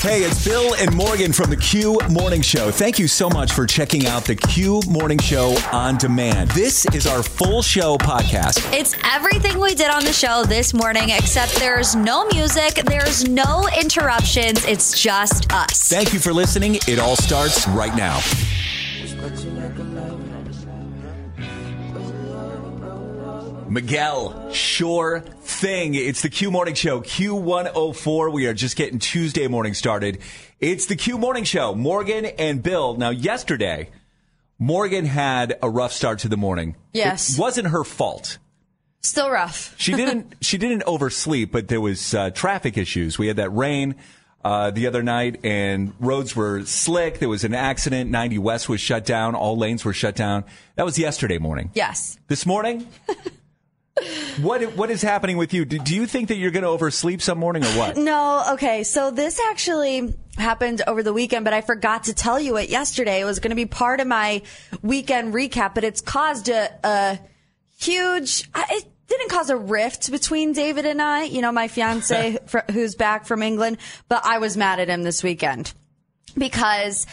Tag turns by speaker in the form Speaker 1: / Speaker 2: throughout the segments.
Speaker 1: Hey, it's Bill and Morgan from the Q Morning Show. Thank you so much for checking out the Q Morning Show on demand. This is our full show podcast.
Speaker 2: It's everything we did on the show this morning, except there's no music, there's no interruptions. It's just us.
Speaker 1: Thank you for listening. It all starts right now. Miguel, sure thing. It's the Q Morning Show, Q104. We are just getting Tuesday morning started. It's the Q Morning Show, Morgan and Bill. Now, yesterday, Morgan had a rough start to the morning.
Speaker 2: Yes.
Speaker 1: It wasn't her fault.
Speaker 2: Still rough.
Speaker 1: She didn't. she didn't oversleep, but there was uh, traffic issues. We had that rain uh, the other night, and roads were slick. There was an accident. 90 West was shut down. All lanes were shut down. That was yesterday morning.
Speaker 2: Yes.
Speaker 1: This morning. What what is happening with you? Do, do you think that you're going to oversleep some morning or what?
Speaker 3: No, okay. So this actually happened over the weekend, but I forgot to tell you it yesterday. It was going to be part of my weekend recap, but it's caused a, a huge. I- It didn't cause a rift between David and I. You know, my fiance fr- who's back from England, but I was mad at him this weekend because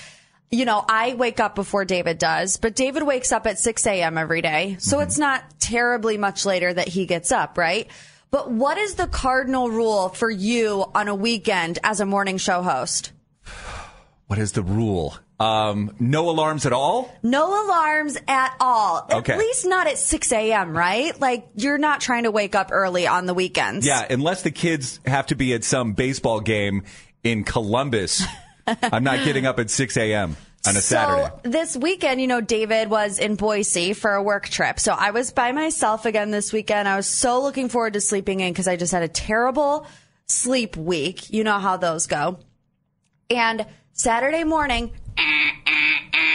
Speaker 3: you know i wake up before david does but david wakes up at 6 a.m every day so
Speaker 1: Mm-hmm.
Speaker 3: it's not terribly much later that he gets up right but what is the cardinal rule for you on a weekend as a morning show host
Speaker 1: What is the rule? Um, no alarms at all.
Speaker 3: no alarms at all
Speaker 1: Okay.
Speaker 3: at least not at 6 a.m right like you're not trying to wake up early on the weekends
Speaker 1: Yeah, unless the kids have to be at some baseball game in Columbus. I'm not getting up at 6 a.m. on a Saturday.
Speaker 3: So this weekend, you know, David was in Boise for a work trip. So I was by myself again this weekend. I was so looking forward to sleeping in because I just had a terrible sleep week. You know how those go. And Saturday morning,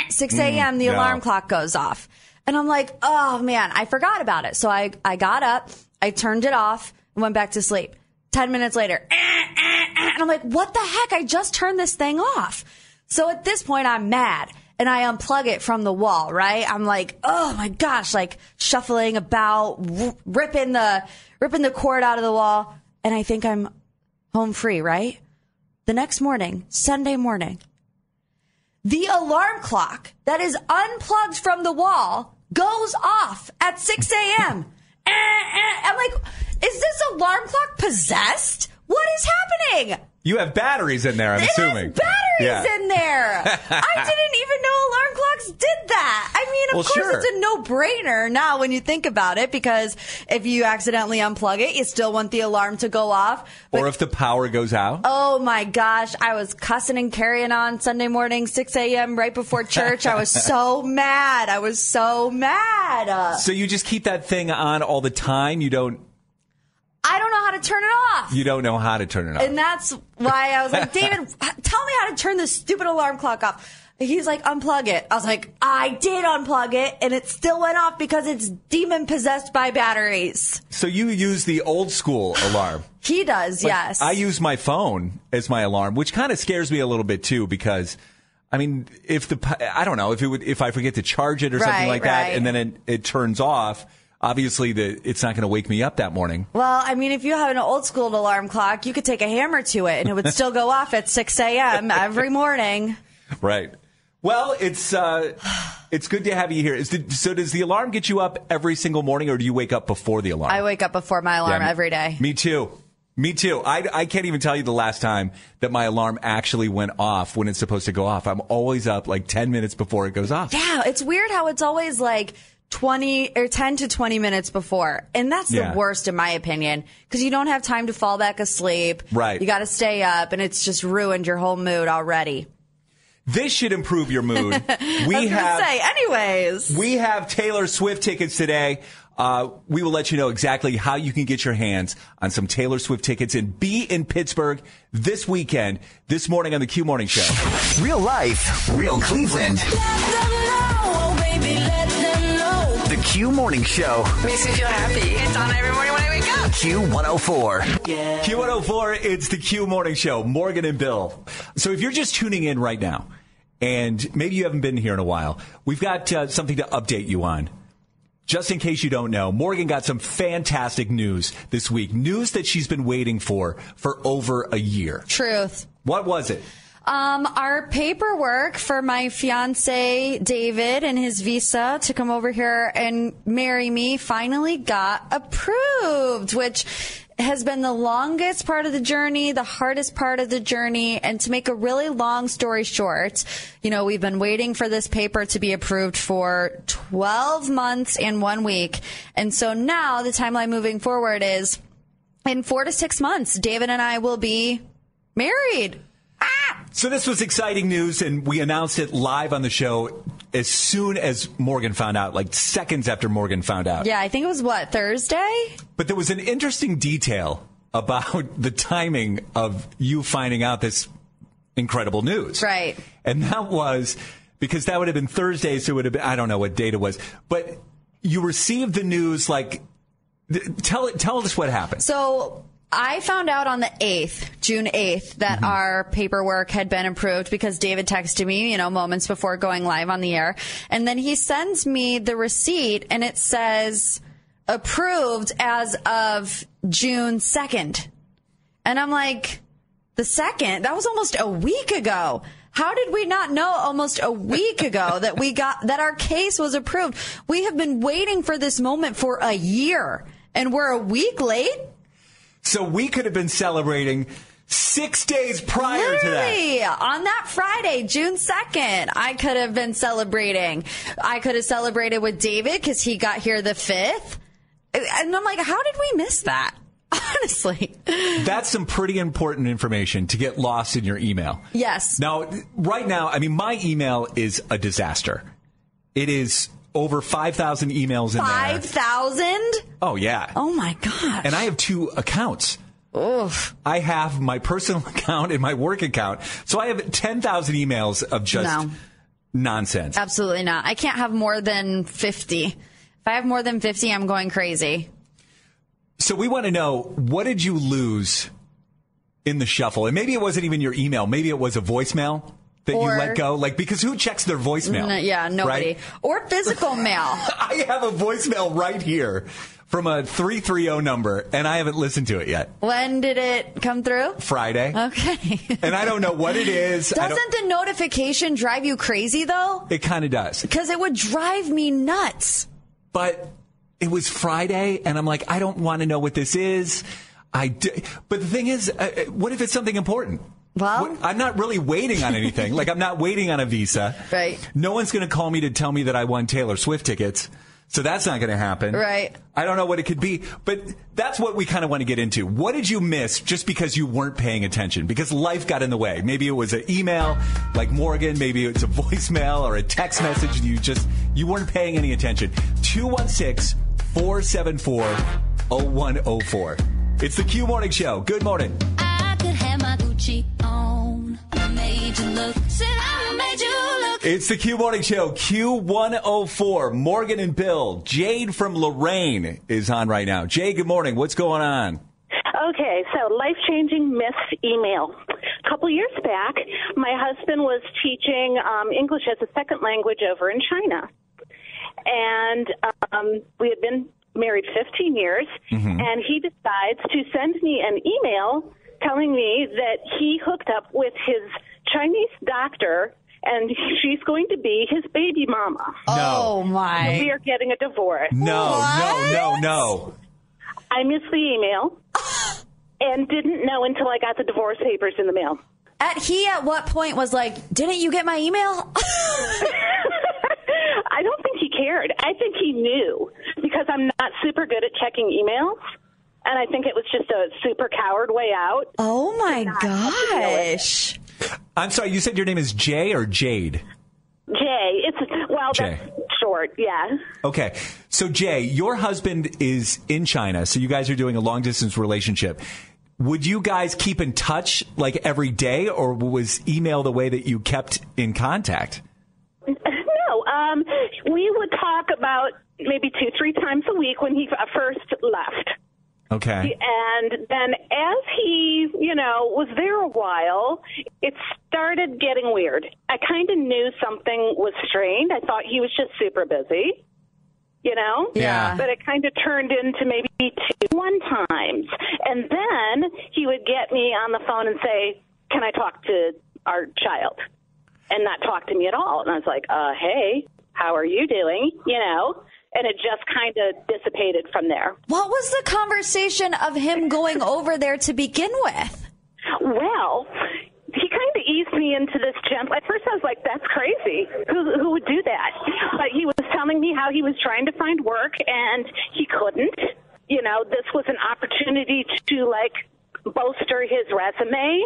Speaker 3: 6 a.m., the
Speaker 1: yeah.
Speaker 3: alarm clock goes off. And I'm like, oh man, I forgot about it. So I, I got up, I turned it off, and went back to sleep. 10 minutes later, and I'm like, what the heck? I just turned this thing off. So at this point, I'm mad and I unplug it from the wall, right? I'm like, oh my gosh, like shuffling about, r- ripping the, ripping the cord out of the wall. And I think I'm home free, right? The next morning, Sunday morning, the alarm clock that is unplugged from the wall goes off at 6 a.m. Eh, eh. I'm like, is this alarm clock possessed? What is happening?
Speaker 1: You have batteries in there. I'm
Speaker 3: It has
Speaker 1: assuming
Speaker 3: batteries in there. I didn't even know alarm clocks did that. I mean, of
Speaker 1: Well,
Speaker 3: course,
Speaker 1: sure.
Speaker 3: it's a no brainer now when you think about it because if you accidentally unplug it, you still want the alarm to go off. But
Speaker 1: Or if the power goes out.
Speaker 3: Oh my gosh. I was cussing and carrying on Sunday morning, 6 a.m., right before church. I was so mad. I was so mad. Uh,
Speaker 1: So you just keep that thing on all the time. You don't
Speaker 3: I don't know how to turn it off.
Speaker 1: you don't know how to turn it off.
Speaker 3: And that's why I was like, David, h- tell me how to turn this stupid alarm clock off. He's like, unplug it. I was like, I did unplug it and it still went off because it's demon possessed by batteries.
Speaker 1: so you use the old school alarm.
Speaker 3: He does, yes.
Speaker 1: I use my phone as my alarm, which kind of scares me a little bit too, because I mean, if the po- I don't know if it would if I forget to charge it or something
Speaker 3: Right,
Speaker 1: like that,
Speaker 3: right.
Speaker 1: and then it, it turns off. Obviously, the it's not going to wake me up that morning.
Speaker 3: Well, I mean, if you have an old school alarm clock, you could take a hammer to it and it would still go off at 6 a.m. every morning.
Speaker 1: Right. Well, it's uh, it's good to have you here. Is the, so does the alarm get you up every single morning, or do you wake up before the alarm?
Speaker 3: I wake up before my alarm
Speaker 1: Yeah, me-
Speaker 3: every day.
Speaker 1: Me too. Me too. I, I can't even tell you the last time that my alarm actually went off when it's supposed to go off. I'm always up like 10 minutes before it goes off.
Speaker 3: Yeah, it's weird how it's always like 20 or 10 to 20 minutes before. And that's
Speaker 1: Yeah.
Speaker 3: the worst, in my opinion, because you don't have time to fall back asleep.
Speaker 1: Right.
Speaker 3: You got to stay up, and it's just ruined your whole mood already.
Speaker 1: This should improve your mood.
Speaker 3: I
Speaker 1: We
Speaker 3: was gonna
Speaker 1: have
Speaker 3: say, anyways.
Speaker 1: we have Taylor Swift tickets today. Uh, we will let you know exactly how you can get your hands on some Taylor Swift tickets and be in Pittsburgh this weekend, this morning on the Q Morning Show.
Speaker 4: Real life, real Cleveland. The Q Morning Show,
Speaker 5: Makes me feel happy. It's on every morning when I wake up.
Speaker 4: Q104.
Speaker 1: Q104, it's the Q Morning Show, Morgan and Bill. So if you're just tuning in right now, and maybe you haven't been here in a while, we've got uh, something to update you on. Just in case you don't know, Morgan got some fantastic news this week. News that she's been waiting for for over a year.
Speaker 3: Truth.
Speaker 1: What was it?
Speaker 3: Um, our paperwork for my fiance David and his visa to come over here and marry me finally got approved, which has been the longest part of the journey, the hardest part of the journey. And to make a really long story short, you know, we've been waiting for this paper to be approved for 12 months and one week. And so now the timeline moving forward is in four to six months, David and I will be married.
Speaker 1: So this was exciting news, and we announced it live on the show as soon as Morgan found out, like seconds after Morgan found out.
Speaker 3: Yeah, I think it was what Thursday.
Speaker 1: But there was an interesting detail about the timing of you finding out this incredible news.
Speaker 3: Right.
Speaker 1: And that was because that would have been Thursday, so it would have been, I don't know what date it was, but you received the news like, th- tell it, tell us what happened.
Speaker 3: So I found out on the eighth, June eighth, that our paperwork had been approved because David texted me, you know, moments before going live on the air, and then he sends me the receipt, and it says approved as of June second, and I'm like, the second that was almost a week ago. How did we not know almost a week ago that we got that our case was approved? We have been waiting for this moment for a year, and we're a week late.
Speaker 1: So we could have been celebrating six days prior to that.
Speaker 3: Literally, on that Friday, June 2nd, I could have been celebrating. I could have celebrated with David because he got here the 5th. And I'm like, how did we miss that? Honestly.
Speaker 1: That's some pretty important information to get lost in your email.
Speaker 3: Yes.
Speaker 1: Now, right now, I mean, my email is a disaster. It is over 5,000 emails in there.
Speaker 3: 5,000?
Speaker 1: Oh, yeah.
Speaker 3: Oh my gosh.
Speaker 1: And I have two accounts.
Speaker 3: Oof.
Speaker 1: I have my personal account and my work account. So I have 10,000 emails of just
Speaker 3: No.
Speaker 1: nonsense.
Speaker 3: Absolutely not. I can't have more than 50. If I have more than 50, I'm going crazy.
Speaker 1: So we want to know what did you lose in the shuffle? And maybe it wasn't even your email. Maybe it was a voicemail that
Speaker 3: Or-
Speaker 1: you let go. Like, because who checks their voicemail?
Speaker 3: N- yeah, nobody.
Speaker 1: Right?
Speaker 3: Or physical mail.
Speaker 1: I have a voicemail right here from a 330 number, and I haven't listened to it yet.
Speaker 3: When did it come through?
Speaker 1: Friday.
Speaker 3: Okay.
Speaker 1: And I don't know what it is. I don't-
Speaker 3: Oh. Doesn't the notification drive you crazy though?
Speaker 1: it kind of does.
Speaker 3: Because it would drive me nuts.
Speaker 1: But it was Friday, and I'm like, I don't want to know what this is. I do. But the thing is, uh, uh, what if it's something important?
Speaker 3: Well-
Speaker 1: What- I'm not really waiting on anything. like, I'm not waiting on a visa.
Speaker 3: Right.
Speaker 1: No one's going to call me to tell me that I won Taylor Swift tickets. So that's not going to happen.
Speaker 3: Right.
Speaker 1: I don't know what it could be, but that's what we kind of want to get into. What did you miss just because you weren't paying attention? Because life got in the way. Maybe it was an email like Morgan, maybe it's a voicemail or a text message you just you weren't paying any attention. 216-474-0104. It's the Q Morning Show. Good morning.
Speaker 6: I could have my Gucci on. I made you look. Said I made you look.
Speaker 1: It's the Q Morning Show, Q104. Morgan and Bill, Jade from Lorraine is on right now. Jade, good morning. What's going on?
Speaker 7: Okay, so life changing myths email. A couple years back, my husband was teaching um, English as a second language over in China. And um, we had been married 15 years, and he decides to send me an email telling me that he hooked up with his Chinese doctor and she's going to be his baby mama.
Speaker 3: Oh my.
Speaker 7: We are getting a divorce.
Speaker 1: No, no, no, no.
Speaker 7: I missed the email. and didn't know until I got the divorce papers in the mail.
Speaker 3: At he at what point was like, didn't you get my email?
Speaker 7: I don't think he cared. I think he knew because I'm not super good at checking emails. And I think it was just a super coward way out.
Speaker 3: oh my gosh.
Speaker 1: I'm sorry, you said your name is Jay or Jade?
Speaker 7: Jay, it's, well,
Speaker 1: Jay.
Speaker 7: that's short, yeah.
Speaker 1: Okay. So, Jay, your husband is in China, so you guys are doing a long distance relationship. Would you guys keep in touch like every day, or was email the way that you kept in contact?
Speaker 7: No, um, we would talk about maybe two, three times a week when he uh, first left.
Speaker 1: Okay.
Speaker 7: And then as he, you know, was there a while, it started getting weird. I kind of knew something was strained. I thought he was just super busy, you know?
Speaker 1: Yeah.
Speaker 7: But it kind of turned into maybe two one times. And then he would get me on the phone and say, Can I talk to our child? And not talk to me at all. And I was like, uh, Hey, how are you doing? You know? And it just kind of dissipated from there.
Speaker 3: What was the conversation of him going over there to begin with?
Speaker 7: Well, he kind of eased me into this gem. At first, I was like, "That's crazy. Who who would do that?" But he was telling me how he was trying to find work and he couldn't. You know, this was an opportunity to like bolster his resume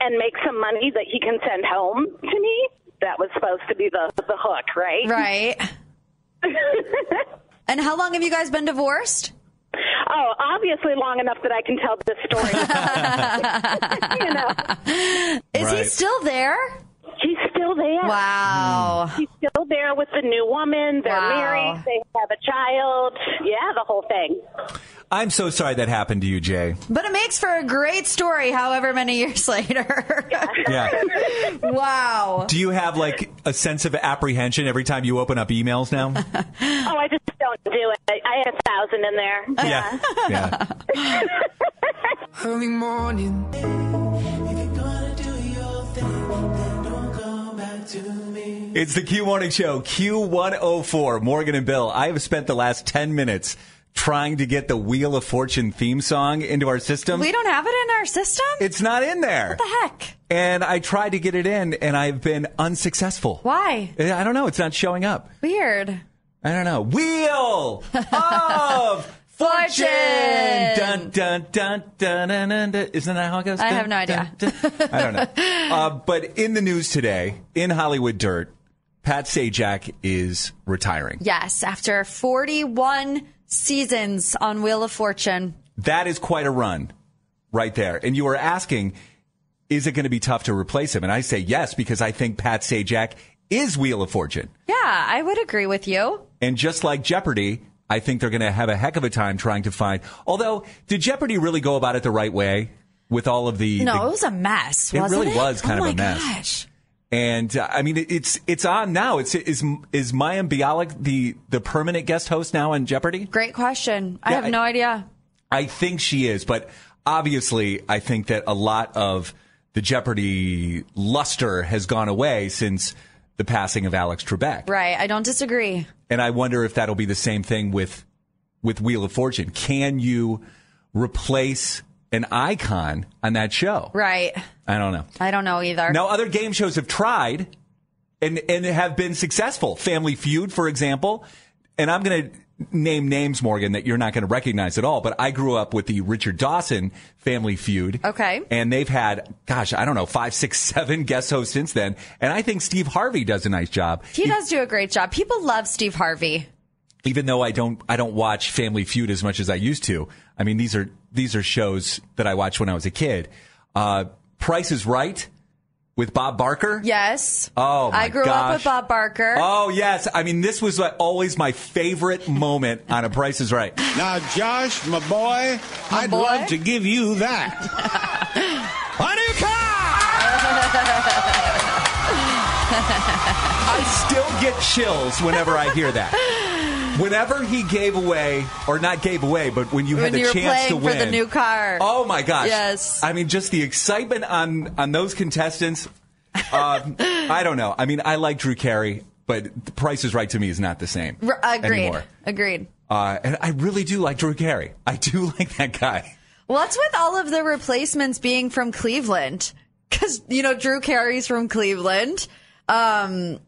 Speaker 7: and make some money that he can send home to me. That was supposed to be the the hook, right?
Speaker 3: Right. and how long have you guys been divorced?
Speaker 7: Oh, obviously long enough that I can tell this story. you know,
Speaker 3: Is he
Speaker 1: Right.
Speaker 3: still there?
Speaker 7: he's still there. Hmm.
Speaker 3: Wow.
Speaker 7: He's still there with the new woman. They're
Speaker 3: Wow.
Speaker 7: married. They have a child. Yeah, the whole thing.
Speaker 1: I'm so sorry that happened to you, Jay.
Speaker 3: But it makes for a great story however many years later.
Speaker 1: Yeah.
Speaker 3: wow.
Speaker 1: Do you have like a sense of apprehension every time you open up emails now?
Speaker 7: Oh, I just don't do it. I, I had a thousand in there.
Speaker 1: Yeah. Yeah.
Speaker 5: Early morning.
Speaker 1: It's the Q Morning Show, Q104. Morgan and Bill, I have spent the last 10 minutes trying to get the Wheel of Fortune theme song into our system.
Speaker 3: We don't have it in our system?
Speaker 1: it's not in there.
Speaker 3: what the heck?
Speaker 1: And I tried to get it in and I've been unsuccessful. Eh,
Speaker 3: Why?
Speaker 1: I don't know. It's not showing up.
Speaker 3: Weird.
Speaker 1: I don't know. Wheel of Fortune. Dun, dun, dun, dun, dun, dun, dun. Isn't that how it goes?
Speaker 3: I
Speaker 1: Dun,
Speaker 3: have no idea.
Speaker 1: dun, dun. I don't know. Uh, but in the news today, in Hollywood Dirt, Pat Sajak is retiring.
Speaker 3: Yes, after 41 seasons on Wheel of Fortune.
Speaker 1: That is quite a run right there. And you were asking, is it going to be tough to replace him? And I say yes, because I think Pat Sajak is Wheel of Fortune.
Speaker 3: Yeah, I would agree with you.
Speaker 1: And just like Jeopardy, I think they're going to have a heck of a time trying to find. Although, did Jeopardy really go about it the right way with all of the?
Speaker 3: No,
Speaker 1: the-
Speaker 3: it was a mess.
Speaker 1: It
Speaker 3: wasn't
Speaker 1: really was kind
Speaker 3: oh
Speaker 1: of a mess.
Speaker 3: My gosh.
Speaker 1: and uh, I mean, it- it's it's on now. It's is is Mayim Bialik the the permanent guest host now on Jeopardy?
Speaker 3: Great question. I
Speaker 1: Yeah,
Speaker 3: have
Speaker 1: I-
Speaker 3: no idea.
Speaker 1: I think she is, but obviously, I think that a lot of the Jeopardy luster has gone away since the passing of Alex Trebek.
Speaker 3: Right. I don't disagree.
Speaker 1: and I wonder if that'll be the same thing with with Wheel of Fortune. Can you replace an icon on that show?
Speaker 3: Right.
Speaker 1: I don't know.
Speaker 3: I don't know either.
Speaker 1: Now other game shows have tried and and have been successful. Family Feud, for example, and I'm going to name names Morgan that you're not going to recognize at all, but I grew up with the Richard Dawson Family Feud.
Speaker 3: Okay.
Speaker 1: And they've had, gosh, I don't know, five, six, seven guest hosts since then. And I think Steve Harvey does a nice job.
Speaker 3: He does do a great job. People love Steve Harvey.
Speaker 1: even though I don't I don't watch Family Feud as much as I used to. I mean these are these are shows that I watched when I was a kid. Uh, Price is Right with Bob Barker.
Speaker 3: Yes.
Speaker 1: Oh, my
Speaker 3: I grew up with
Speaker 1: gosh.
Speaker 3: Bob Barker.
Speaker 1: Oh yes, I mean this was like always my favorite moment on a Price is Right.
Speaker 8: Now, Josh, my boy, I'd
Speaker 3: boy?
Speaker 8: love to give you that. Hanukkah!
Speaker 1: I still get chills whenever I hear that. Whenever he gave away, or not gave away, but when you
Speaker 3: When
Speaker 1: had the
Speaker 3: you were
Speaker 1: chance to
Speaker 3: playing for
Speaker 1: win
Speaker 3: the new car.
Speaker 1: Oh my gosh!
Speaker 3: Yes.
Speaker 1: I mean, just the excitement on on those contestants. Um, I don't know. I mean, I like Drew Carey, but The Price is Right to me is not the same
Speaker 3: R- agreed.
Speaker 1: anymore.
Speaker 3: Agreed.
Speaker 1: Uh, and I really do like Drew Carey. I do like that guy.
Speaker 3: What's with all of the replacements being from Cleveland? Because, you know, Drew Carey's from Cleveland. Um,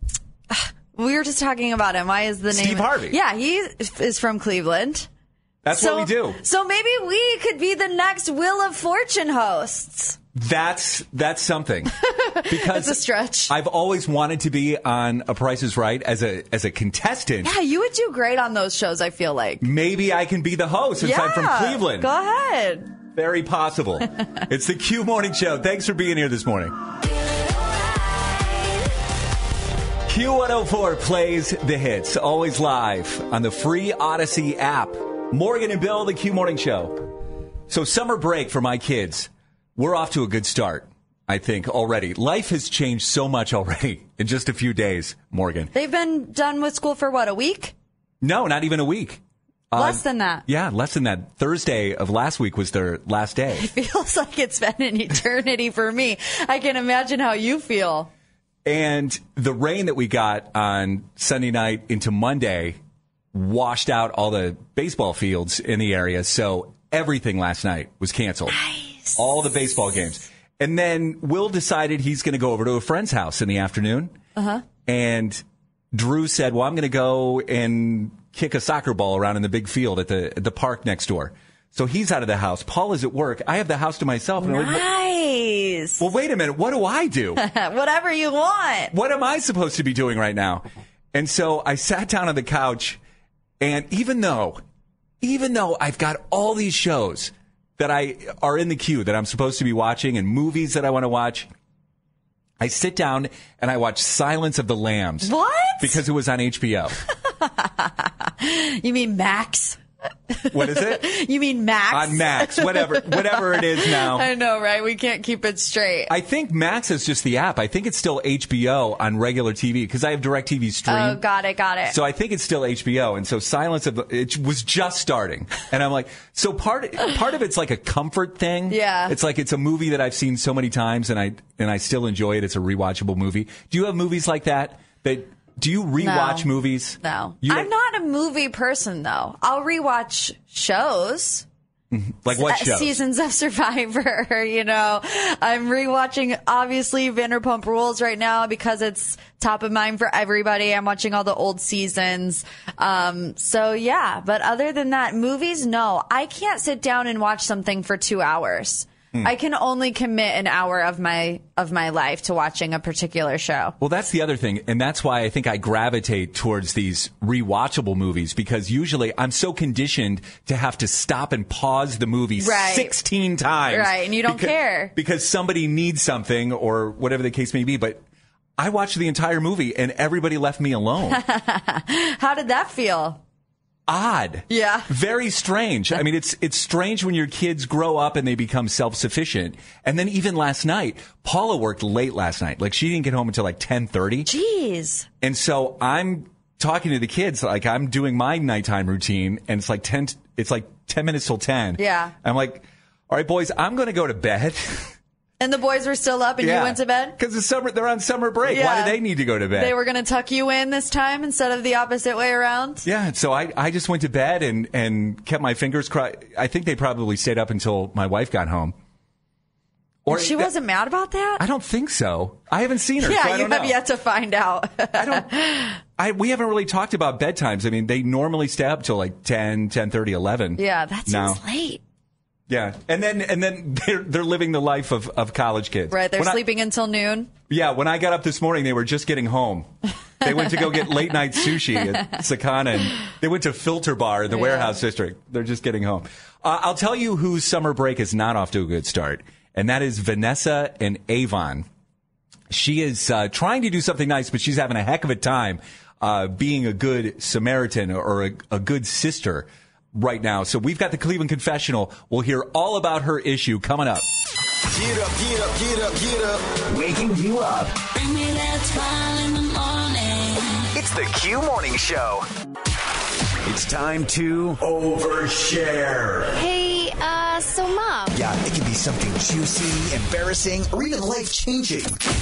Speaker 3: we were just talking about him. Why is the name
Speaker 1: Steve Harvey.
Speaker 3: Yeah, he is from Cleveland.
Speaker 1: That's what we do.
Speaker 3: So maybe we could be the next Wheel of Fortune hosts.
Speaker 1: That's that's something. Because
Speaker 3: It's a stretch.
Speaker 1: I've always wanted to be on a Price is Right as a as a contestant.
Speaker 3: Yeah, you would do great on those shows, I feel like.
Speaker 1: Maybe I can be the host since I'm from
Speaker 3: Yeah,
Speaker 1: Cleveland.
Speaker 3: Go ahead.
Speaker 1: Very possible. it's the Q Morning Show. Thanks for being here this morning. Q104 plays the hits, always live on the free Odyssey app. Morgan and Bill, the Q Morning Show. So, summer break for my kids. We're off to a good start, I think, already. Life has changed so much already in just a few days, Morgan.
Speaker 3: They've been done with school for what, a week?
Speaker 1: No, not even a week. Uh,
Speaker 3: Less than that.
Speaker 1: yeah, less than that. Thursday of last week was their last day.
Speaker 3: Feels like it's been an eternity for me. I can imagine how you feel.
Speaker 1: And the rain that we got on Sunday night into Monday washed out all the baseball fields in the area. So everything last night was canceled. All the baseball games. And then Will decided he's going to go over to a friend's house in the afternoon.
Speaker 3: Uh huh.
Speaker 1: And Drew said, "Well, I'm going to go and kick a soccer ball around in the big field at the at the park next door." So he's out of the house. Paul is at work. I have the house to myself. And I'm like,
Speaker 3: Nice.
Speaker 1: well, wait a minute. What do I do?
Speaker 3: Whatever you want.
Speaker 1: what am I supposed to be doing right now? And so I sat down on the couch, and even though, even though I've got all these shows that I are in the queue that I'm supposed to be watching and movies that I want to watch, I sit down and I watch Silence of the Lambs.
Speaker 3: What?
Speaker 1: Because it was on HBO.
Speaker 3: You mean Max?
Speaker 1: What is it?
Speaker 3: You mean Max?
Speaker 1: on Max, whatever, whatever it is now.
Speaker 3: I know, right? We can't keep it straight.
Speaker 1: I think Max is just the app. I think it's still HBO on regular TV because I have DirecTV stream.
Speaker 3: oh, got it, got it.
Speaker 1: So I think it's still HBO, and so Silence of the, it was just starting, and I'm like, so part part of it's like a comfort thing.
Speaker 3: Yeah.
Speaker 1: it's like it's a movie that I've seen so many times, and I and I still enjoy it. It's a rewatchable movie. Do you have movies like that? That do you rewatch
Speaker 3: No.
Speaker 1: movies?
Speaker 3: no.
Speaker 1: You-
Speaker 3: I'm not a movie person, though. I'll rewatch shows.
Speaker 1: Like what
Speaker 3: uh,
Speaker 1: show?
Speaker 3: seasons of Survivor. You know, I'm rewatching obviously Vanderpump Rules right now because it's top of mind for everybody. I'm watching all the old seasons. Um, so yeah, but other than that, movies, no, I can't sit down and watch something for two hours.
Speaker 1: Hmm.
Speaker 3: I can only commit an hour of my of my life to watching a particular show.
Speaker 1: Well, that's the other thing, and that's why I think I gravitate towards these rewatchable movies because usually I'm so conditioned to have to stop and pause the movie
Speaker 3: Right.
Speaker 1: 16 times.
Speaker 3: Right, and you don't
Speaker 1: becau-
Speaker 3: care.
Speaker 1: Because somebody needs something or whatever the case may be, but I watched the entire movie and everybody left me alone.
Speaker 3: How did that feel?
Speaker 1: Odd.
Speaker 3: Yeah.
Speaker 1: Very strange. I mean, it's it's strange when your kids grow up and they become self sufficient. And then even last night, Paula worked late last night. Like she didn't get home until like ten thirty.
Speaker 3: Jeez.
Speaker 1: And so I'm talking to the kids, like I'm doing my nighttime routine, and it's like ten, it's like ten minutes till ten.
Speaker 3: Yeah.
Speaker 1: I'm like, all right, boys, I'm going to go to bed.
Speaker 3: And the boys were still up, and you went to bed.
Speaker 1: because it's summer. They're on summer break. Why
Speaker 3: Yeah.
Speaker 1: do they need to go to bed?
Speaker 3: They were going to tuck you in this time instead of the opposite way around.
Speaker 1: Yeah, and so I, I just went to bed and, and kept my fingers crossed. I think they probably stayed up until my wife got home. Or
Speaker 3: she wasn't mad about that.
Speaker 1: I don't think so. I haven't seen her. so I
Speaker 3: yeah, you
Speaker 1: don't
Speaker 3: have
Speaker 1: know. Mm.
Speaker 3: yet to find out.
Speaker 1: I don't. I, we haven't really talked about bedtimes. I mean, they normally stay up till like 10, 10:30, 11.
Speaker 3: yeah, that seems
Speaker 1: No.
Speaker 3: late.
Speaker 1: Yeah, and then and then they're they're living the life of, of college kids.
Speaker 3: Right, they're
Speaker 1: When I-
Speaker 3: sleeping until noon.
Speaker 1: yeah, when I got up this morning, they were just getting home. They went to go get late night sushi at Sakana. And they went to Filter Bar in the warehouse district. They're just getting home. Uh, I'll tell you whose summer break is not off to a good start, and that is Vanessa and Avon. She is uh, trying to do something nice, but she's having a heck of a time uh, being a good Samaritan or a, a good sister right now. So we've got the Cleveland Confessional. We'll hear all about her issue coming up.
Speaker 4: Get up, get up, get up, get up. Waking you up.
Speaker 6: Bring me that smile in the morning.
Speaker 4: It's the Q Morning Show. It's time to overshare.
Speaker 9: Hey, uh, so mom,
Speaker 4: Yeah, it can be something juicy, embarrassing, or even life changing.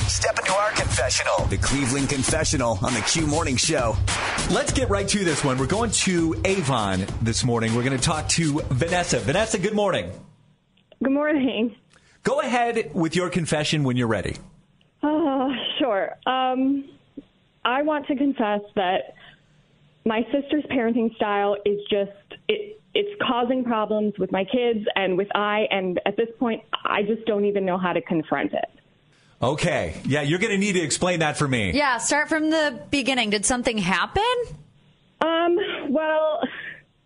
Speaker 4: Step into our confessional, the Cleveland Confessional on the Q Morning Show.
Speaker 1: Let's get right to this one. We're going to Avon this morning. We're going to talk to Vanessa. Vanessa, good morning.
Speaker 10: Good morning.
Speaker 1: Go ahead with your confession when you're ready.
Speaker 10: Oh, sure. Um, I want to confess that my sister's parenting style is just it. It's causing problems with my kids and with I. And at this point, I just don't even know how to confront it.
Speaker 1: Okay. Yeah, you're going to need to explain that for me.
Speaker 2: Yeah, start from the beginning. Did something happen?
Speaker 10: Um, well,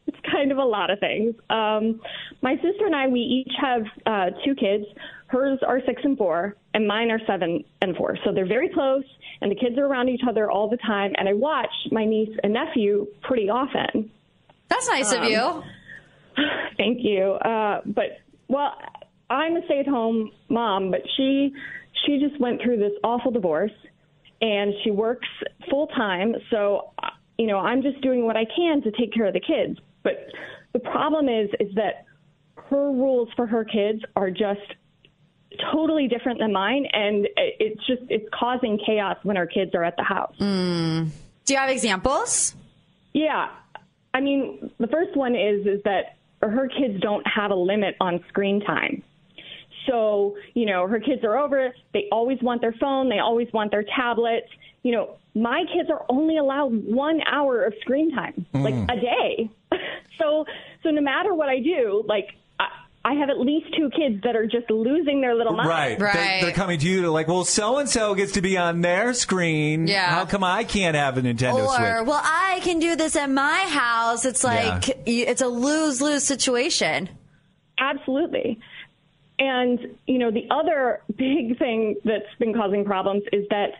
Speaker 10: it's kind of a lot of things. Um, my sister and I, we each have uh, two kids. Hers are six and four, and mine are seven and four. So they're very close, and the kids are around each other all the time. And I watch my niece and nephew pretty often.
Speaker 2: That's nice of
Speaker 11: Um,
Speaker 2: you.
Speaker 10: Thank you. Uh, but well, I'm a stay-at-home mom, but she she just went through this awful divorce, and she works full time. So uh, you know, I'm just doing what I can to take care of the kids. But the problem is, is that her rules for her kids are just totally different than mine, and it- it's just it's causing chaos when our kids are at the house.
Speaker 2: Mm. Do you have examples?
Speaker 10: Yeah. I mean, the first one is is that her kids don't have a limit on screen time. So, you know, her kids are over, they always want their phone, they always want their tablet. You know, my kids are only allowed 1 hour of screen time, like
Speaker 12: Mm.
Speaker 10: a day. so, so no matter what I do, like I, I have at least two kids that are just losing their little minds.
Speaker 1: Right. They, they're coming to you. They're like, well, so and so gets to be on their screen.
Speaker 2: Yeah.
Speaker 1: How come I can't have a Nintendo
Speaker 2: or
Speaker 1: Switch?
Speaker 2: well, I can do this at my house. It's like you it's a lose lose situation.
Speaker 10: Absolutely. And, you know, the other big thing that's been causing problems is that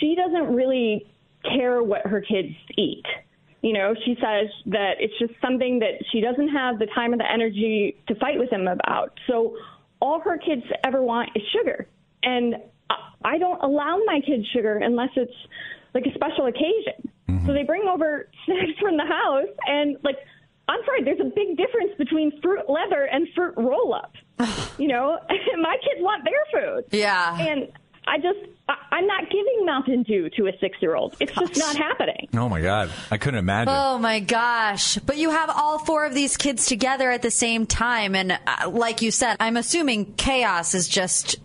Speaker 10: she doesn't really care what her kids eat. You know, she says that it's just something that she doesn't have the time or the energy to fight with him about. So all her kids ever want is sugar. And I- I don't allow my kids sugar unless it's like a special occasion. So they bring over snacks from the house and like I'm sorry, there's a big difference between fruit leather and fruit roll up. you know, my kids want their food.
Speaker 2: Yeah.
Speaker 10: And I just, I, I'm not giving Mountain Dew to a six year old. It's just not happening.
Speaker 1: oh my God. I couldn't imagine.
Speaker 2: Oh my gosh. But you have all four of these kids together at the same time. And uh, like you said, I'm assuming chaos is just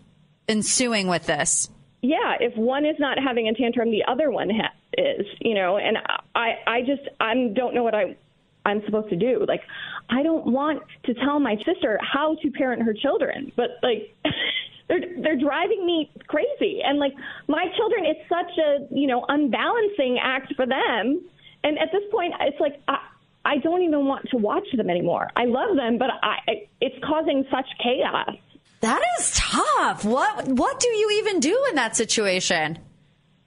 Speaker 2: ensuing with this.
Speaker 10: Yeah, if one is not having a tantrum, the other one ha- is, you know, and I, I just, I don't know what I, I'm supposed to do. Like, I don't want to tell my sister how to parent her children, but like, they're they're driving me crazy. And like, my children, it's such a, you know, unbalancing act for them. And at this point, it's like I, I don't even want to watch them anymore. I love them, but I, I it's causing such chaos.
Speaker 2: That is tough. What what do you even do in that situation?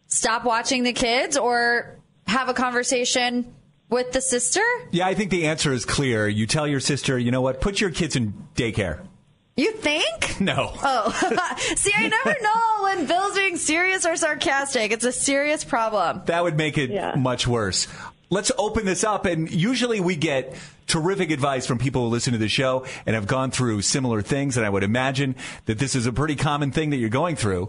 Speaker 2: Stop watching the kids or have a conversation with the sister?
Speaker 1: Yeah, I think the answer is clear. You tell your sister, you know what? Put your kids in daycare.
Speaker 2: You think?
Speaker 1: No.
Speaker 2: Oh, see, I never know when Bill's being serious or sarcastic. It's a serious problem.
Speaker 1: That would make it
Speaker 2: Yeah.
Speaker 1: much worse. Let's open this up. And usually we get terrific advice from people who listen to the show and have gone through similar things. And I would imagine that this is a pretty common thing that you're going through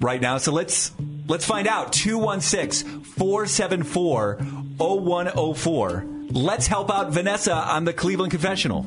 Speaker 1: right now. So let's, let's find out. 216 474 0104. Let's help out Vanessa on the Cleveland Confessional.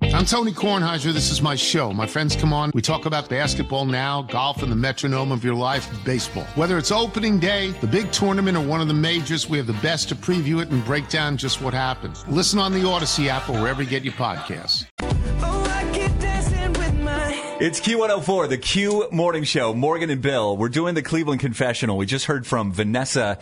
Speaker 11: I'm Tony Kornheiser. This is my show. My friends come on. We talk about basketball now, golf, and the metronome of your life, baseball. Whether it's opening day, the big tournament, or one of the majors, we have the best to preview it and break down just what happens. Listen on the Odyssey app or wherever you get your podcasts.
Speaker 5: I keep dancing with
Speaker 1: It's Q104, the Q Morning Show. Morgan and Bill, we're doing the Cleveland Confessional. We just heard from Vanessa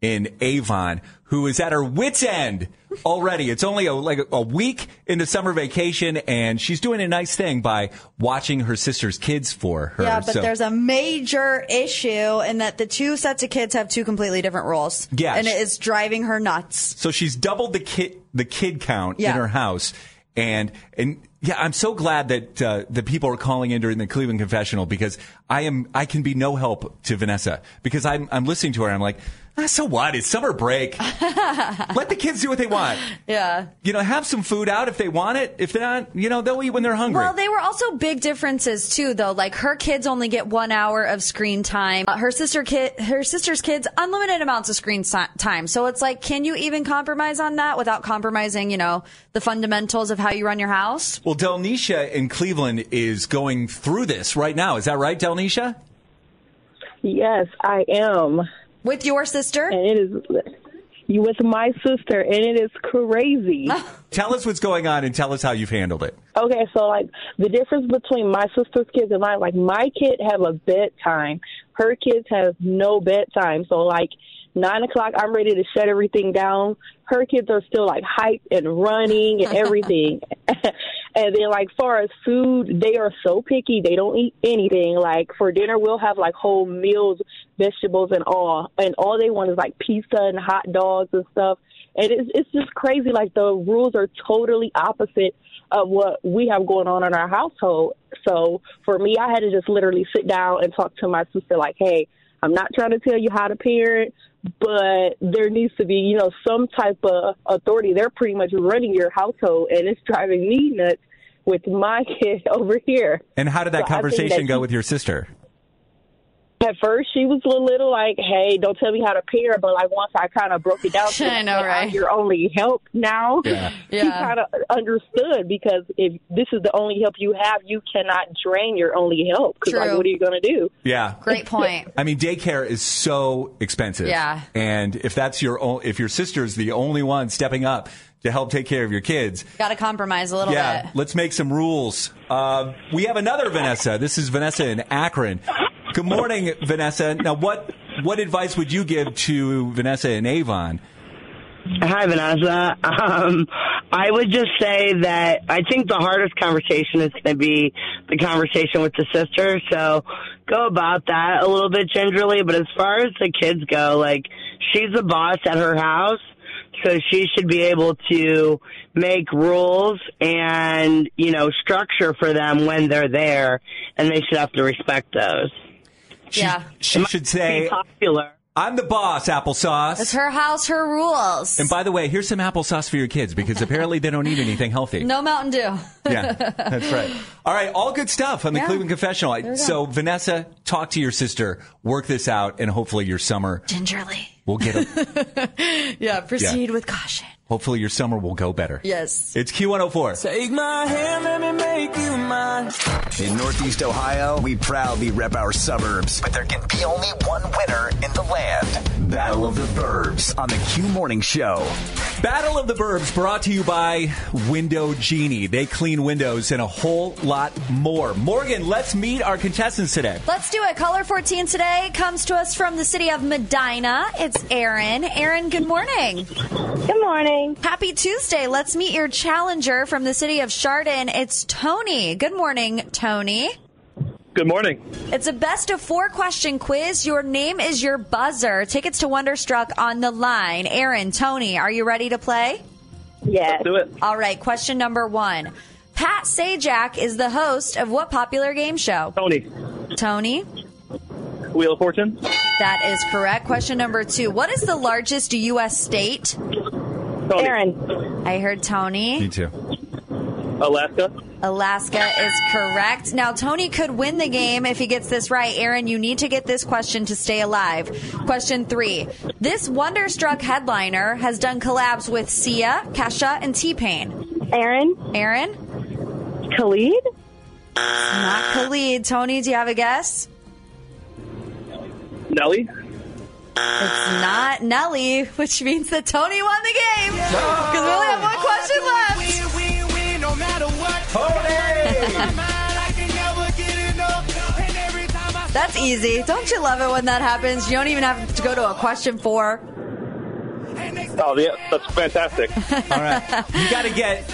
Speaker 1: in Avon, who is at her wits end already. It's only a, like a week into summer vacation, and she's doing a nice thing by watching her sister's kids for her.
Speaker 12: Yeah, but
Speaker 1: So-
Speaker 12: there's a major issue in that the two sets of kids have two completely different rules.
Speaker 1: Yeah,
Speaker 12: And
Speaker 1: sh-
Speaker 12: it is driving her nuts.
Speaker 1: So she's doubled the kid the kid count
Speaker 12: Yeah.
Speaker 1: in her house, and and yeah, I'm so glad that uh, the people are calling in during the Cleveland confessional because I am I can be no help to Vanessa because I'm I'm listening to her and I'm like, ah, so what? It's summer break. Let the kids do what they want.
Speaker 12: Yeah.
Speaker 1: You know, have some food out if they want it. If they're not, you know, they'll eat when they're hungry.
Speaker 3: Well, they were also big differences too, though. Like her kids only get one hour of screen time. Uh, her sister kid, her sister's kids, unlimited amounts of screen si- time. So it's like, can you even compromise on that without compromising, you know, the fundamentals of how you run your house?
Speaker 1: well, Delnisha in Cleveland is going through this right now. Is that right, Delnisha?
Speaker 13: Yes, I am.
Speaker 12: With your sister?
Speaker 13: And it is you with my sister and it is crazy.
Speaker 1: Tell us what's going on and tell us how you've handled it.
Speaker 13: Okay, so like the difference between my sister's kids and mine, like my kid have a bedtime. Her kids have no bedtime. So like nine o'clock I'm ready to shut everything down. Her kids are still like hyped and running and everything. and then like far as food, they are so picky. They don't eat anything. Like for dinner we'll have like whole meals, vegetables and all. And all they want is like pizza and hot dogs and stuff. And it's it's just crazy. Like the rules are totally opposite of what we have going on in our household. So for me, I had to just literally sit down and talk to my sister, like, hey, I'm not trying to tell you how to parent, but there needs to be, you know, some type of authority. They're pretty much running your household, and it's driving me nuts with my kid over here.
Speaker 1: And how did that
Speaker 13: So I think
Speaker 1: conversation
Speaker 13: that
Speaker 1: go with your sister?
Speaker 13: At first, she was a little like, "Hey, don't tell me how to parent," but like once I kind of broke it down, to
Speaker 12: I know,
Speaker 13: her,
Speaker 12: right?
Speaker 13: "I'm Your only help now.
Speaker 12: Yeah.
Speaker 13: She
Speaker 12: Yeah.
Speaker 13: kind of understood because if this is the only help you have, you cannot drain your only help. Because like,
Speaker 12: True.
Speaker 13: what are you going to do?
Speaker 1: Yeah.
Speaker 12: Great point.
Speaker 1: I mean, daycare is so expensive.
Speaker 12: Yeah.
Speaker 1: And if that's your own, if your sister's the only one stepping up to help take care of your kids,
Speaker 12: Got to compromise a little
Speaker 1: yeah,
Speaker 12: bit.
Speaker 1: let's make some rules. Uh, we have another Vanessa. This is Vanessa in Akron. Good morning, Vanessa. Now, what what advice would you give to Vanessa in Avon?
Speaker 14: Hi, Vanessa. Um, I would just say that I think the hardest conversation is going to be the conversation with the sister. So go about that a little bit gingerly. But as far as the kids go, like she's the boss at her house. So she should be able to make rules and, you know, structure for them when they're there and they should have to respect those.
Speaker 12: yeah.
Speaker 1: She should say, "I'm the boss." Applesauce.
Speaker 12: It's her house, her rules.
Speaker 1: And by the way, here's some applesauce for your kids because apparently they don't eat anything healthy.
Speaker 12: No Mountain Dew.
Speaker 1: Yeah, that's right. All right, all good stuff on the
Speaker 12: Yeah.
Speaker 1: Cleveland Confessional.
Speaker 12: There
Speaker 1: I-
Speaker 12: we go.
Speaker 1: So, Vanessa, talk to your sister, work this out, and hopefully your summer
Speaker 12: Gingerly.
Speaker 1: will get. A,
Speaker 12: Yeah, proceed with caution.
Speaker 1: hopefully your summer will go better.
Speaker 12: Yes.
Speaker 1: It's Q104.
Speaker 5: Take my hand, let me make you mine.
Speaker 4: In Northeast Ohio, we proudly rep our suburbs, but there can be only one winner in the land. Battle of the Burbs on the Q Morning Show.
Speaker 1: Battle of the Burbs brought to you by Window Genie. They clean windows and a whole lot more. Morgan, let's meet our contestants today.
Speaker 3: Let's do it. Caller 14 today comes to us from the city of Medina. It's Aaron. Aaron, good morning. Good
Speaker 13: morning.
Speaker 3: Happy Tuesday. Let's meet your challenger from the city of Chardon. It's Tony. Good morning, Tony.
Speaker 15: Good morning.
Speaker 3: It's a best of four question quiz. Your name is your buzzer. Tickets to Wonderstruck on the line. Aaron, Tony, are you ready to play?
Speaker 13: Yes.
Speaker 15: do it.
Speaker 3: All right, question number one. Pat Sajak is the host of what popular game show?
Speaker 15: Tony.
Speaker 3: Tony?
Speaker 15: Wheel of Fortune,
Speaker 3: That is correct. Question number two. What is the largest U.S. state? Aaron. I heard Tony.
Speaker 1: too.
Speaker 15: Alaska.
Speaker 3: Alaska is correct. Now, Tony could win the game if he gets this right. Aaron, you need to get this question to stay alive. Question three. This Wonderstruck headliner has done collabs with Sia, Kesha, and T Pain. Aaron. Aaron.
Speaker 13: Khalid?
Speaker 3: Not Khalid. Tony, do you have a guess?
Speaker 15: Nelly.
Speaker 3: It's not Nelly, which means that Tony won the game. Because we only have one question left.
Speaker 5: Win, win, win, no matter what.
Speaker 1: Tony!
Speaker 5: I can never
Speaker 16: That's easy. Don't you love it when that happens? You don't even have to go to a question four.
Speaker 17: Oh, yeah, that's fantastic.
Speaker 1: All right. You got to get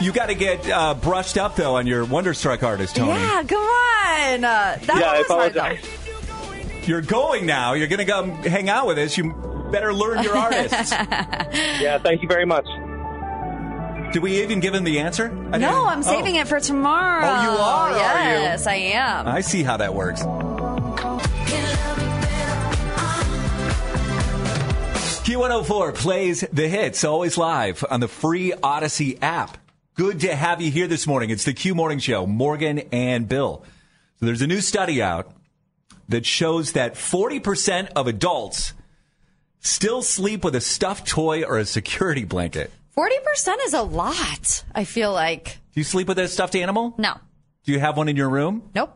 Speaker 1: you got to get uh, brushed up though on your Wonderstruck artist, Tony.
Speaker 3: ah,
Speaker 16: Yeah, come on. Uh, that
Speaker 1: Yeah, I
Speaker 16: one was hard, though.
Speaker 1: apologize. You're going now. You're going to come hang out with us. You better learn your artists.
Speaker 17: yeah, thank you very much.
Speaker 1: Did we even give him the answer?
Speaker 16: No,
Speaker 1: I didn't-
Speaker 16: I'm saving it for tomorrow.
Speaker 1: Oh, you are, are you?
Speaker 16: Yes, I am.
Speaker 1: I see how that works. Q104 plays the hits always live on the free Odyssey app. Good to have you here this morning. It's the Q Morning Show, Morgan and Bill. So there's a new study out that shows that 40% of adults still sleep with a stuffed toy or a security blanket.
Speaker 3: Forty percent is a lot. I feel like
Speaker 1: Do you sleep with a stuffed animal?
Speaker 3: no.
Speaker 1: Do you have one in your room?
Speaker 3: Nope.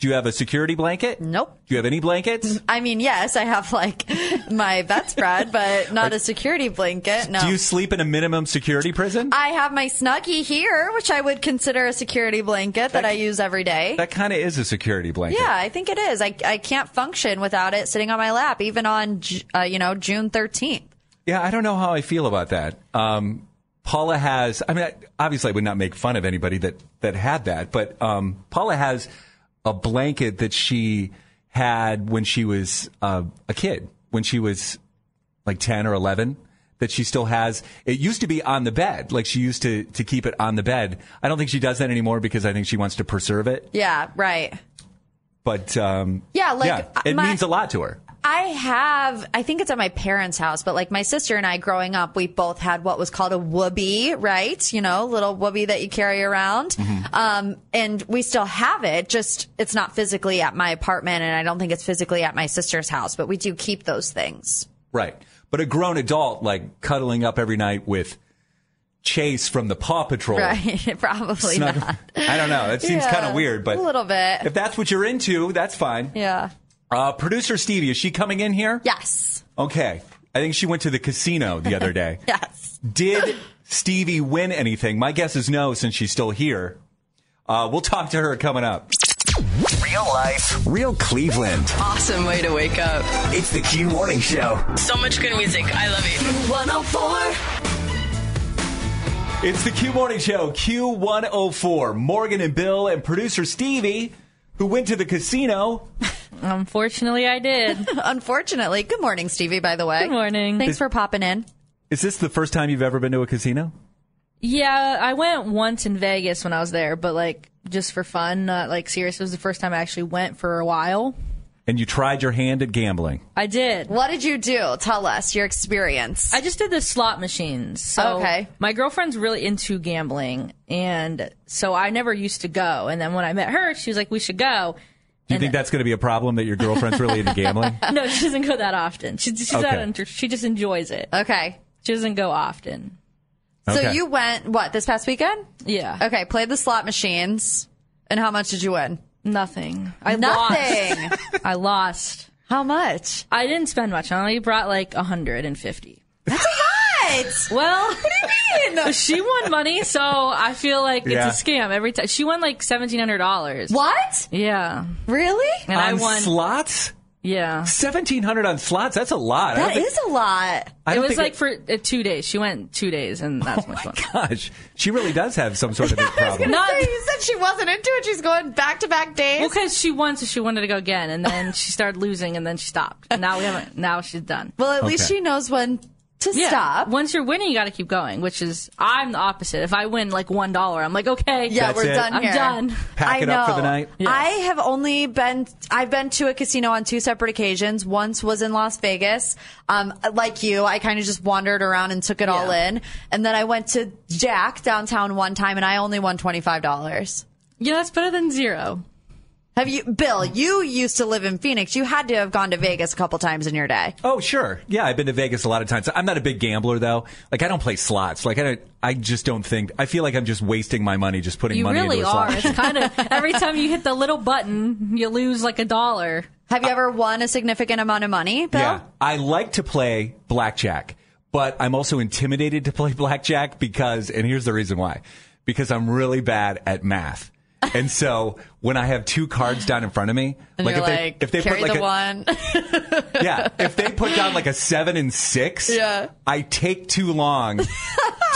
Speaker 1: Do you have a security blanket?
Speaker 3: Nope.
Speaker 1: Do you have any blankets?
Speaker 3: I mean, yes, I have like my bedspread, but not a security blanket. No.
Speaker 1: Do you sleep in a minimum security prison?
Speaker 3: I have my Snuggie here, which I would consider a security blanket that I use every day.
Speaker 1: That kind of is a security blanket.
Speaker 3: Yeah, I think it is. I, I can't function without it sitting on my lap, even on Ju- uh, you know June thirteenth.
Speaker 1: Yeah, I don't know how I feel about that. Um, Paula has, I mean, I- obviously I would not make fun of anybody that, that had that, but um, Paula has a blanket that she had when she was uh, a kid, when she was like 10 or 11, that she still has. It used to be on the bed. Like she used to, to keep it on the bed. I don't think she does that anymore because I think she wants to preserve it.
Speaker 3: Yeah, right.
Speaker 1: But um,
Speaker 3: Yeah, like,
Speaker 1: it
Speaker 3: my-
Speaker 1: means a lot to her.
Speaker 3: I have, I think it's at my parents' house, but like my sister and I growing up, we both had what was called a whoobie, right? You know, little whoobie that you carry around.
Speaker 1: Mm-hmm.
Speaker 7: Mhm.
Speaker 3: Um, and we still have it, just it's not physically at my apartment and I don't think it's physically at my sister's house, but we do keep those things.
Speaker 1: Right. But a grown adult, like cuddling up every night with Chase from the Paw Patrol.
Speaker 3: Right. Probably
Speaker 1: Snuggle-
Speaker 3: not.
Speaker 1: I don't know. It seems
Speaker 3: Yeah,
Speaker 1: kind of weird, but
Speaker 3: a little bit.
Speaker 1: if that's what you're into, that's fine.
Speaker 3: yeah.
Speaker 1: Uh, Producer Stevie, is she coming in here?
Speaker 3: Yes.
Speaker 1: Okay. I think she went to the casino the other day.
Speaker 3: yes.
Speaker 1: Did Stevie win anything? My guess is no, since she's still here. Uh, we'll talk to her coming up.
Speaker 4: Real life, real Cleveland.
Speaker 14: Awesome way to wake up.
Speaker 4: It's the Q Morning Show.
Speaker 14: So much good music. I love it. 104.
Speaker 1: It's the Q Morning Show, Q104. Morgan and Bill and producer Stevie, who went to the casino.
Speaker 3: Unfortunately, I did. Unfortunately. Good morning, Stevie, by the way. Good morning. Thanks for popping in.
Speaker 1: Is this the first time you've ever been to a casino?
Speaker 18: Yeah, I went once in Vegas when I was there, but like just for fun, not like serious. It was the first time I actually went for a while.
Speaker 1: And you tried your hand at gambling.
Speaker 18: I did.
Speaker 3: What did you do? Tell us your experience.
Speaker 18: I just did the slot machines. So
Speaker 3: Okay.
Speaker 18: my girlfriend's really into gambling, and so I never used to go. And then when I met her, she was like, "We should go."
Speaker 1: Do you think that's going to be a problem that your girlfriend's really into gambling?
Speaker 18: no, she doesn't go that often. She she's not
Speaker 1: Okay.
Speaker 18: inter- she just enjoys it.
Speaker 3: Okay.
Speaker 18: She doesn't go often.
Speaker 3: So
Speaker 18: Okay.
Speaker 3: you went what this past weekend?
Speaker 18: Yeah.
Speaker 3: Okay, played the slot machines. And how much did you win?
Speaker 18: Nothing. I
Speaker 3: Nothing.
Speaker 18: lost. I lost.
Speaker 3: How much?
Speaker 18: I didn't spend much. I only brought like 150.
Speaker 3: That's
Speaker 18: a lot. Well, what do
Speaker 3: you mean?
Speaker 18: She won money, so I feel like
Speaker 1: Yeah.
Speaker 18: it's a scam every time. She won like $1700.
Speaker 3: What?
Speaker 18: Yeah.
Speaker 3: Really?
Speaker 18: And I
Speaker 1: on
Speaker 18: won
Speaker 1: slots?
Speaker 18: Yeah.
Speaker 1: 1700 on slots? That's a lot. I don't
Speaker 18: That
Speaker 1: think-
Speaker 18: is
Speaker 3: a lot.
Speaker 1: I
Speaker 18: It
Speaker 1: don't
Speaker 18: was
Speaker 1: think
Speaker 18: like for uh, 2 days. She went 2 days and that's much fun.
Speaker 1: Gosh, she really does have some sort of a problem.
Speaker 3: you said she wasn't into it. She's going back to back days.
Speaker 18: Well, because she won, so she wanted to go again, and then she started losing, and then she stopped. And now we haven't. Now she's done.
Speaker 3: Well, at least she knows when to
Speaker 18: stop. Once you're winning, you got to keep going. Which is, I'm the opposite. If I win like one dollar, I'm like, okay,
Speaker 3: Yeah, we're done
Speaker 18: I'm
Speaker 3: here.
Speaker 18: done.
Speaker 1: Pack
Speaker 3: I
Speaker 1: it up for the
Speaker 3: know.
Speaker 1: night?
Speaker 3: I have only been I've been to a casino on two separate occasions. Once was in Las Vegas. Um, like you, I kind of just wandered around and took it all in. And then I went to Jack downtown one time and I only won twenty five dollars.
Speaker 18: You know, that's better than zero.
Speaker 3: Have you Bill, you used to live in Phoenix. You had to have gone to Vegas a couple times in your day.
Speaker 1: Oh, sure. Yeah, I've been to Vegas a lot of times. I'm not a big gambler though. Like I don't play slots. Like I don't, I just don't think I feel like I'm just wasting my money just putting
Speaker 18: You
Speaker 1: money
Speaker 18: really
Speaker 1: into a slot.
Speaker 18: are. It's
Speaker 1: machine.
Speaker 18: kind of every time you hit the little button, you lose like a dollar.
Speaker 3: Have you ever won a significant amount of money, Bill?
Speaker 1: Yeah, I like to play blackjack, but I'm also intimidated to play blackjack because, and here's the reason why, because I'm really bad at math. And so when I have two cards down in front of me,
Speaker 2: And
Speaker 1: like
Speaker 2: you're
Speaker 1: if they
Speaker 2: like,
Speaker 1: if they
Speaker 2: carry
Speaker 1: put like
Speaker 2: the
Speaker 1: a,
Speaker 2: one.
Speaker 1: yeah, if they put down like a seven and six,
Speaker 2: Yeah.
Speaker 1: I take too long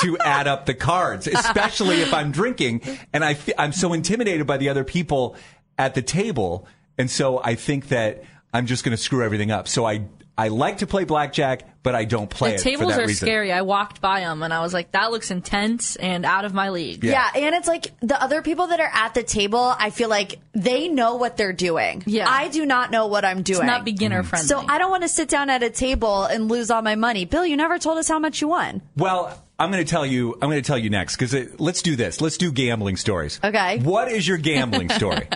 Speaker 1: to add up the cards, especially if I'm drinking and I fe- I'm so intimidated by the other people at the table, and so I think that I'm just going to screw everything up. So I I like to play blackjack, but I don't play
Speaker 18: the
Speaker 1: it for
Speaker 18: tables
Speaker 1: that
Speaker 18: are
Speaker 1: reason.
Speaker 18: scary. I walked by them and I was like, that looks intense and out of my league.
Speaker 2: Yeah.
Speaker 3: and it's like the other people that are at the table, I feel like they know what they're doing. Yeah. I do not know what I'm doing.
Speaker 18: not
Speaker 19: Mm.
Speaker 18: beginner Mhm. friendly.
Speaker 3: So I don't want to sit down at a table and lose all my money. Bill, you never told us how much you won.
Speaker 1: Well, I'm going to tell you. I'm going to tell you next because let's do this. Let's do gambling stories.
Speaker 3: Okay.
Speaker 1: What is your gambling story?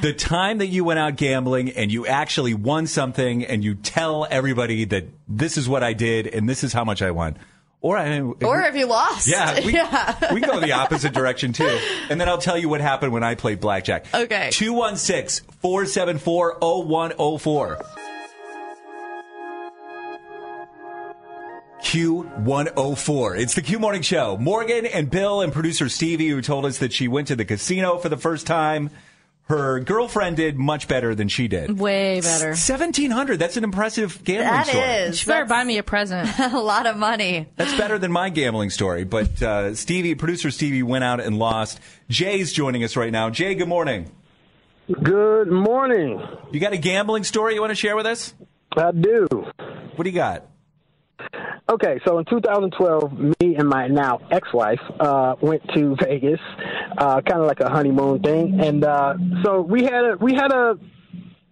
Speaker 1: the time that you went out gambling and you actually won something, and you tell everybody that this is what I did and this is how much I won. Or I
Speaker 2: Or if you lost.
Speaker 1: Mhm. Yeah, we-
Speaker 2: yeah.
Speaker 1: we can go the opposite direction too. And then I'll tell you what happened when I played blackjack.
Speaker 2: Okay.
Speaker 1: 216 474 0104. Q104. It's the Q Morning Show. Morgan and Bill and producer Stevie, who told us that she went to the casino for the first time. Her girlfriend did much better than she did.
Speaker 18: Way better.
Speaker 1: Seventeen hundred. That's an impressive gambling
Speaker 2: That
Speaker 1: story.
Speaker 2: is.
Speaker 18: You better buy me a present.
Speaker 2: a lot of money.
Speaker 1: That's better than my gambling story. But uh, Stevie, producer Stevie, went out and lost. Jay's joining us right now. Jay, good morning.
Speaker 19: Good morning.
Speaker 1: You got a gambling story you want to share with us?
Speaker 19: I do.
Speaker 1: What do you got?
Speaker 19: Okay, so in 2012, me and my now ex-wife uh, went to Vegas, uh, kind of like a honeymoon thing, and uh, so we had a we had a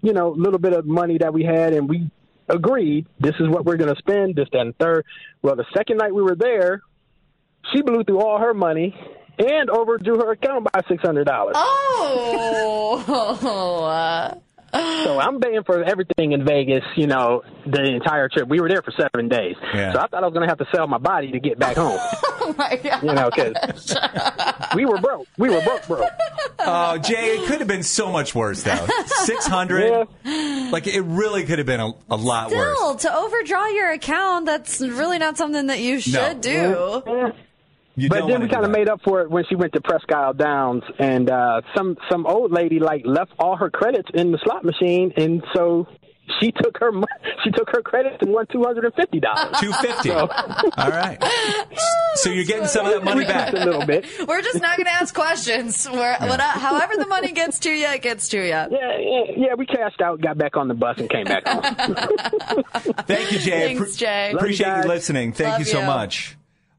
Speaker 19: you know little bit of money that we had, and we agreed this is what we're going to spend this that, and third. Well, the second night we were there, she blew through all her money and overdrew her account by six hundred dollars.
Speaker 2: Oh. uh,
Speaker 19: So I'm paying for everything in Vegas, you know, the entire trip. We were there for seven days. So I thought I was going to have to sell my body to get back home.
Speaker 2: oh my god.
Speaker 19: You know, because we were broke. We were broke, broke.
Speaker 1: Oh, Jay, it could have been so much worse though. Six hundred. Like it really could have been a, a lot worse.
Speaker 2: Still, to overdraw your account, that's really not something that you should do.
Speaker 19: but then we kind of made up for it when she went to Presque Isle Downs, and uh, some some old lady like left all her credits in the slot machine, and so she took her mon- she took her credits and won two hundred and fifty dollars.
Speaker 1: Two fifty. All right. So you're getting some of that money back.
Speaker 19: a little bit.
Speaker 2: We're just not going to ask questions. We're, what, uh, however the money gets to you, it gets to you. Yeah,
Speaker 19: yeah, yeah. We cashed out, got back on the bus, and came back home.
Speaker 1: Thank you, Jay.
Speaker 2: Thanks, Jay.
Speaker 1: Appreciate
Speaker 2: Love you guys.
Speaker 1: you listening. Thank
Speaker 2: Love
Speaker 1: you so
Speaker 2: you.
Speaker 1: much.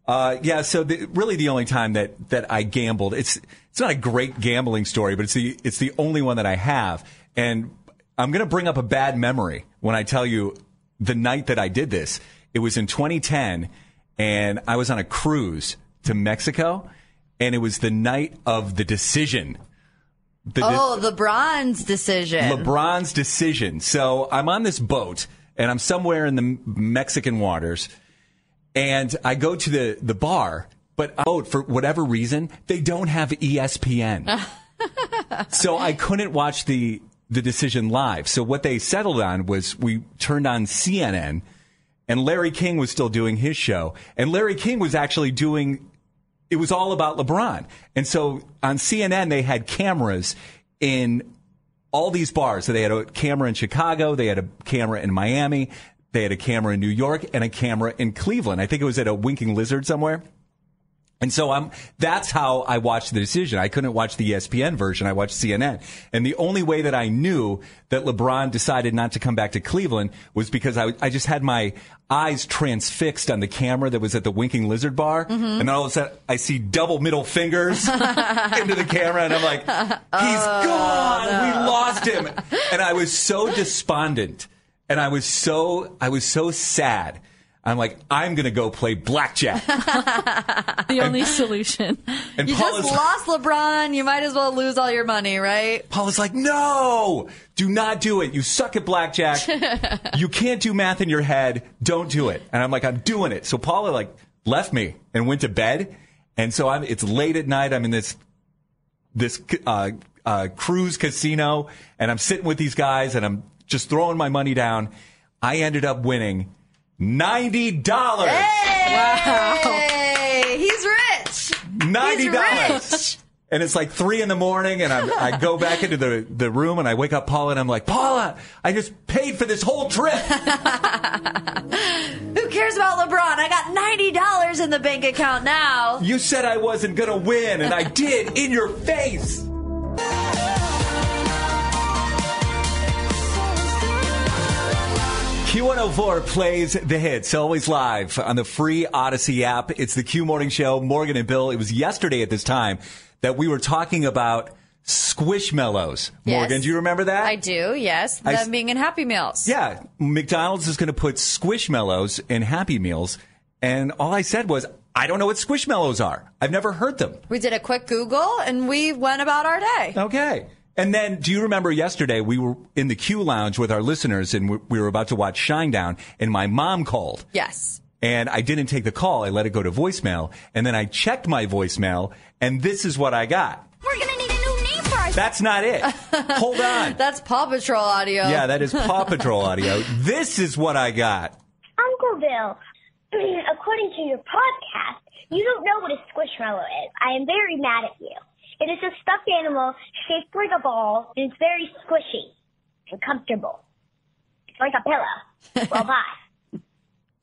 Speaker 1: Uh, yeah, so the, really the only time that, that I gambled, it's it's not a great gambling story, but it's the it's the only one that I have. And I'm gonna bring up a bad memory when I tell you the night that I did this. It was in 2010, and I was on a cruise to Mexico, and it was the night of the decision. The de-
Speaker 2: oh, the bronze decision.
Speaker 1: LeBron's decision. So I'm on this boat and I'm somewhere in the M- Mexican waters and I go to the, the bar, but I- oh, for whatever reason, they don't have E ESPN. so I couldn't watch the, the decision live. So what they settled on was we turned on CNN and Larry King was still doing his show and Larry King was actually doing it was all about LeBron. And so on CNN, they had cameras in all these bars. So they had a camera in Chicago, they had a camera in Miami, they had a camera in New York, and a camera in Cleveland. I think it was at a Winking Lizard somewhere. And so I'm, that's how I watched the decision. I couldn't watch the E ESPN version. I watched CNN. And the only way that I knew that LeBron decided not to come back to Cleveland was because I, I just had my eyes transfixed on the camera that was at the Winking Lizard Bar.
Speaker 2: Mm-hmm.
Speaker 20: Mhm.
Speaker 1: And then all of a sudden I see double middle fingers into the camera and I'm like, He's
Speaker 2: Oh,
Speaker 1: gone. We lost him. and I was so despondent and I was so, I was so sad. I'm like, I'm going to go play blackjack.
Speaker 18: the only solution.
Speaker 1: And
Speaker 2: You
Speaker 1: Paul
Speaker 2: just
Speaker 1: is,
Speaker 2: lost LeBron. You might as well lose all your money, right?
Speaker 1: Paul is like, no, do not do it. You suck at blackjack. you can't do math in your head. Don't do it. And I'm like, I'm doing it. So Paula like left me and went to bed. And so I'm, it's late at night. I'm in this, this, uh, uh, cruise casino and I'm sitting with these guys and I'm just throwing my money down. I ended up winning $90.
Speaker 2: Hey, he's rich.
Speaker 1: Ninety
Speaker 2: He's
Speaker 1: dollars.
Speaker 2: rich.
Speaker 1: And it's like three in the morning, and I'm, I go back into the, the room, and I wake up Paula, and I'm like, Paula, I just paid for this whole trip.
Speaker 2: Who cares about LeBron? I got ninety dollars in the bank account now.
Speaker 1: You said I wasn't gonna win, and I did in your face. Q104 plays the hits, always live on the free Odyssey app. It's the Q Morning Show. Morgan and Bill, it was yesterday at this time that we were talking about squishmallows. Morgan,
Speaker 2: Yes.
Speaker 1: do you remember that?
Speaker 2: I do, yes.
Speaker 1: I
Speaker 2: Them
Speaker 1: s-
Speaker 2: being in Happy Meals.
Speaker 1: Yeah, McDonald's is going to put squishmallows in Happy Meals. And all I said was, I don't know what squishmallows are. I've never heard them.
Speaker 2: We did a quick Google and we went about our day.
Speaker 1: Okay. And then, do you remember yesterday we were in the Q lounge with our listeners and we- we were about to watch Shinedown and my mom called
Speaker 2: Yes.
Speaker 1: and I didn't take the call. I let it go to voicemail and then I checked my voicemail and this is what I got.
Speaker 2: We're gonna need a new name for our
Speaker 1: That's not it. Hold on.
Speaker 2: That's Paw Patrol audio.
Speaker 1: Yeah, that is Paw Patrol audio. This is what I got.
Speaker 20: Uncle Bill, according to your podcast, you don't know what a squishmallow is. I am very mad at you. It is a stuffed animal shaped like a ball, and it's very squishy and comfortable. It's like a pillow. Well, bye.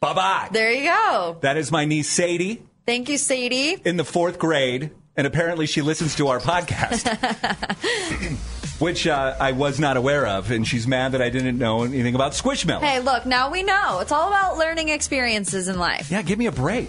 Speaker 1: Bye bye.
Speaker 2: There you go.
Speaker 1: That is my niece Sadie
Speaker 2: Thank you, Sadie.
Speaker 1: in the fourth grade, and apparently she listens to our podcast, which uh, I was not aware of, and she's mad that I didn't know anything about Squishmallow.
Speaker 2: Hey, look, now we know. It's all about learning experiences in life.
Speaker 1: Yeah, give me a break.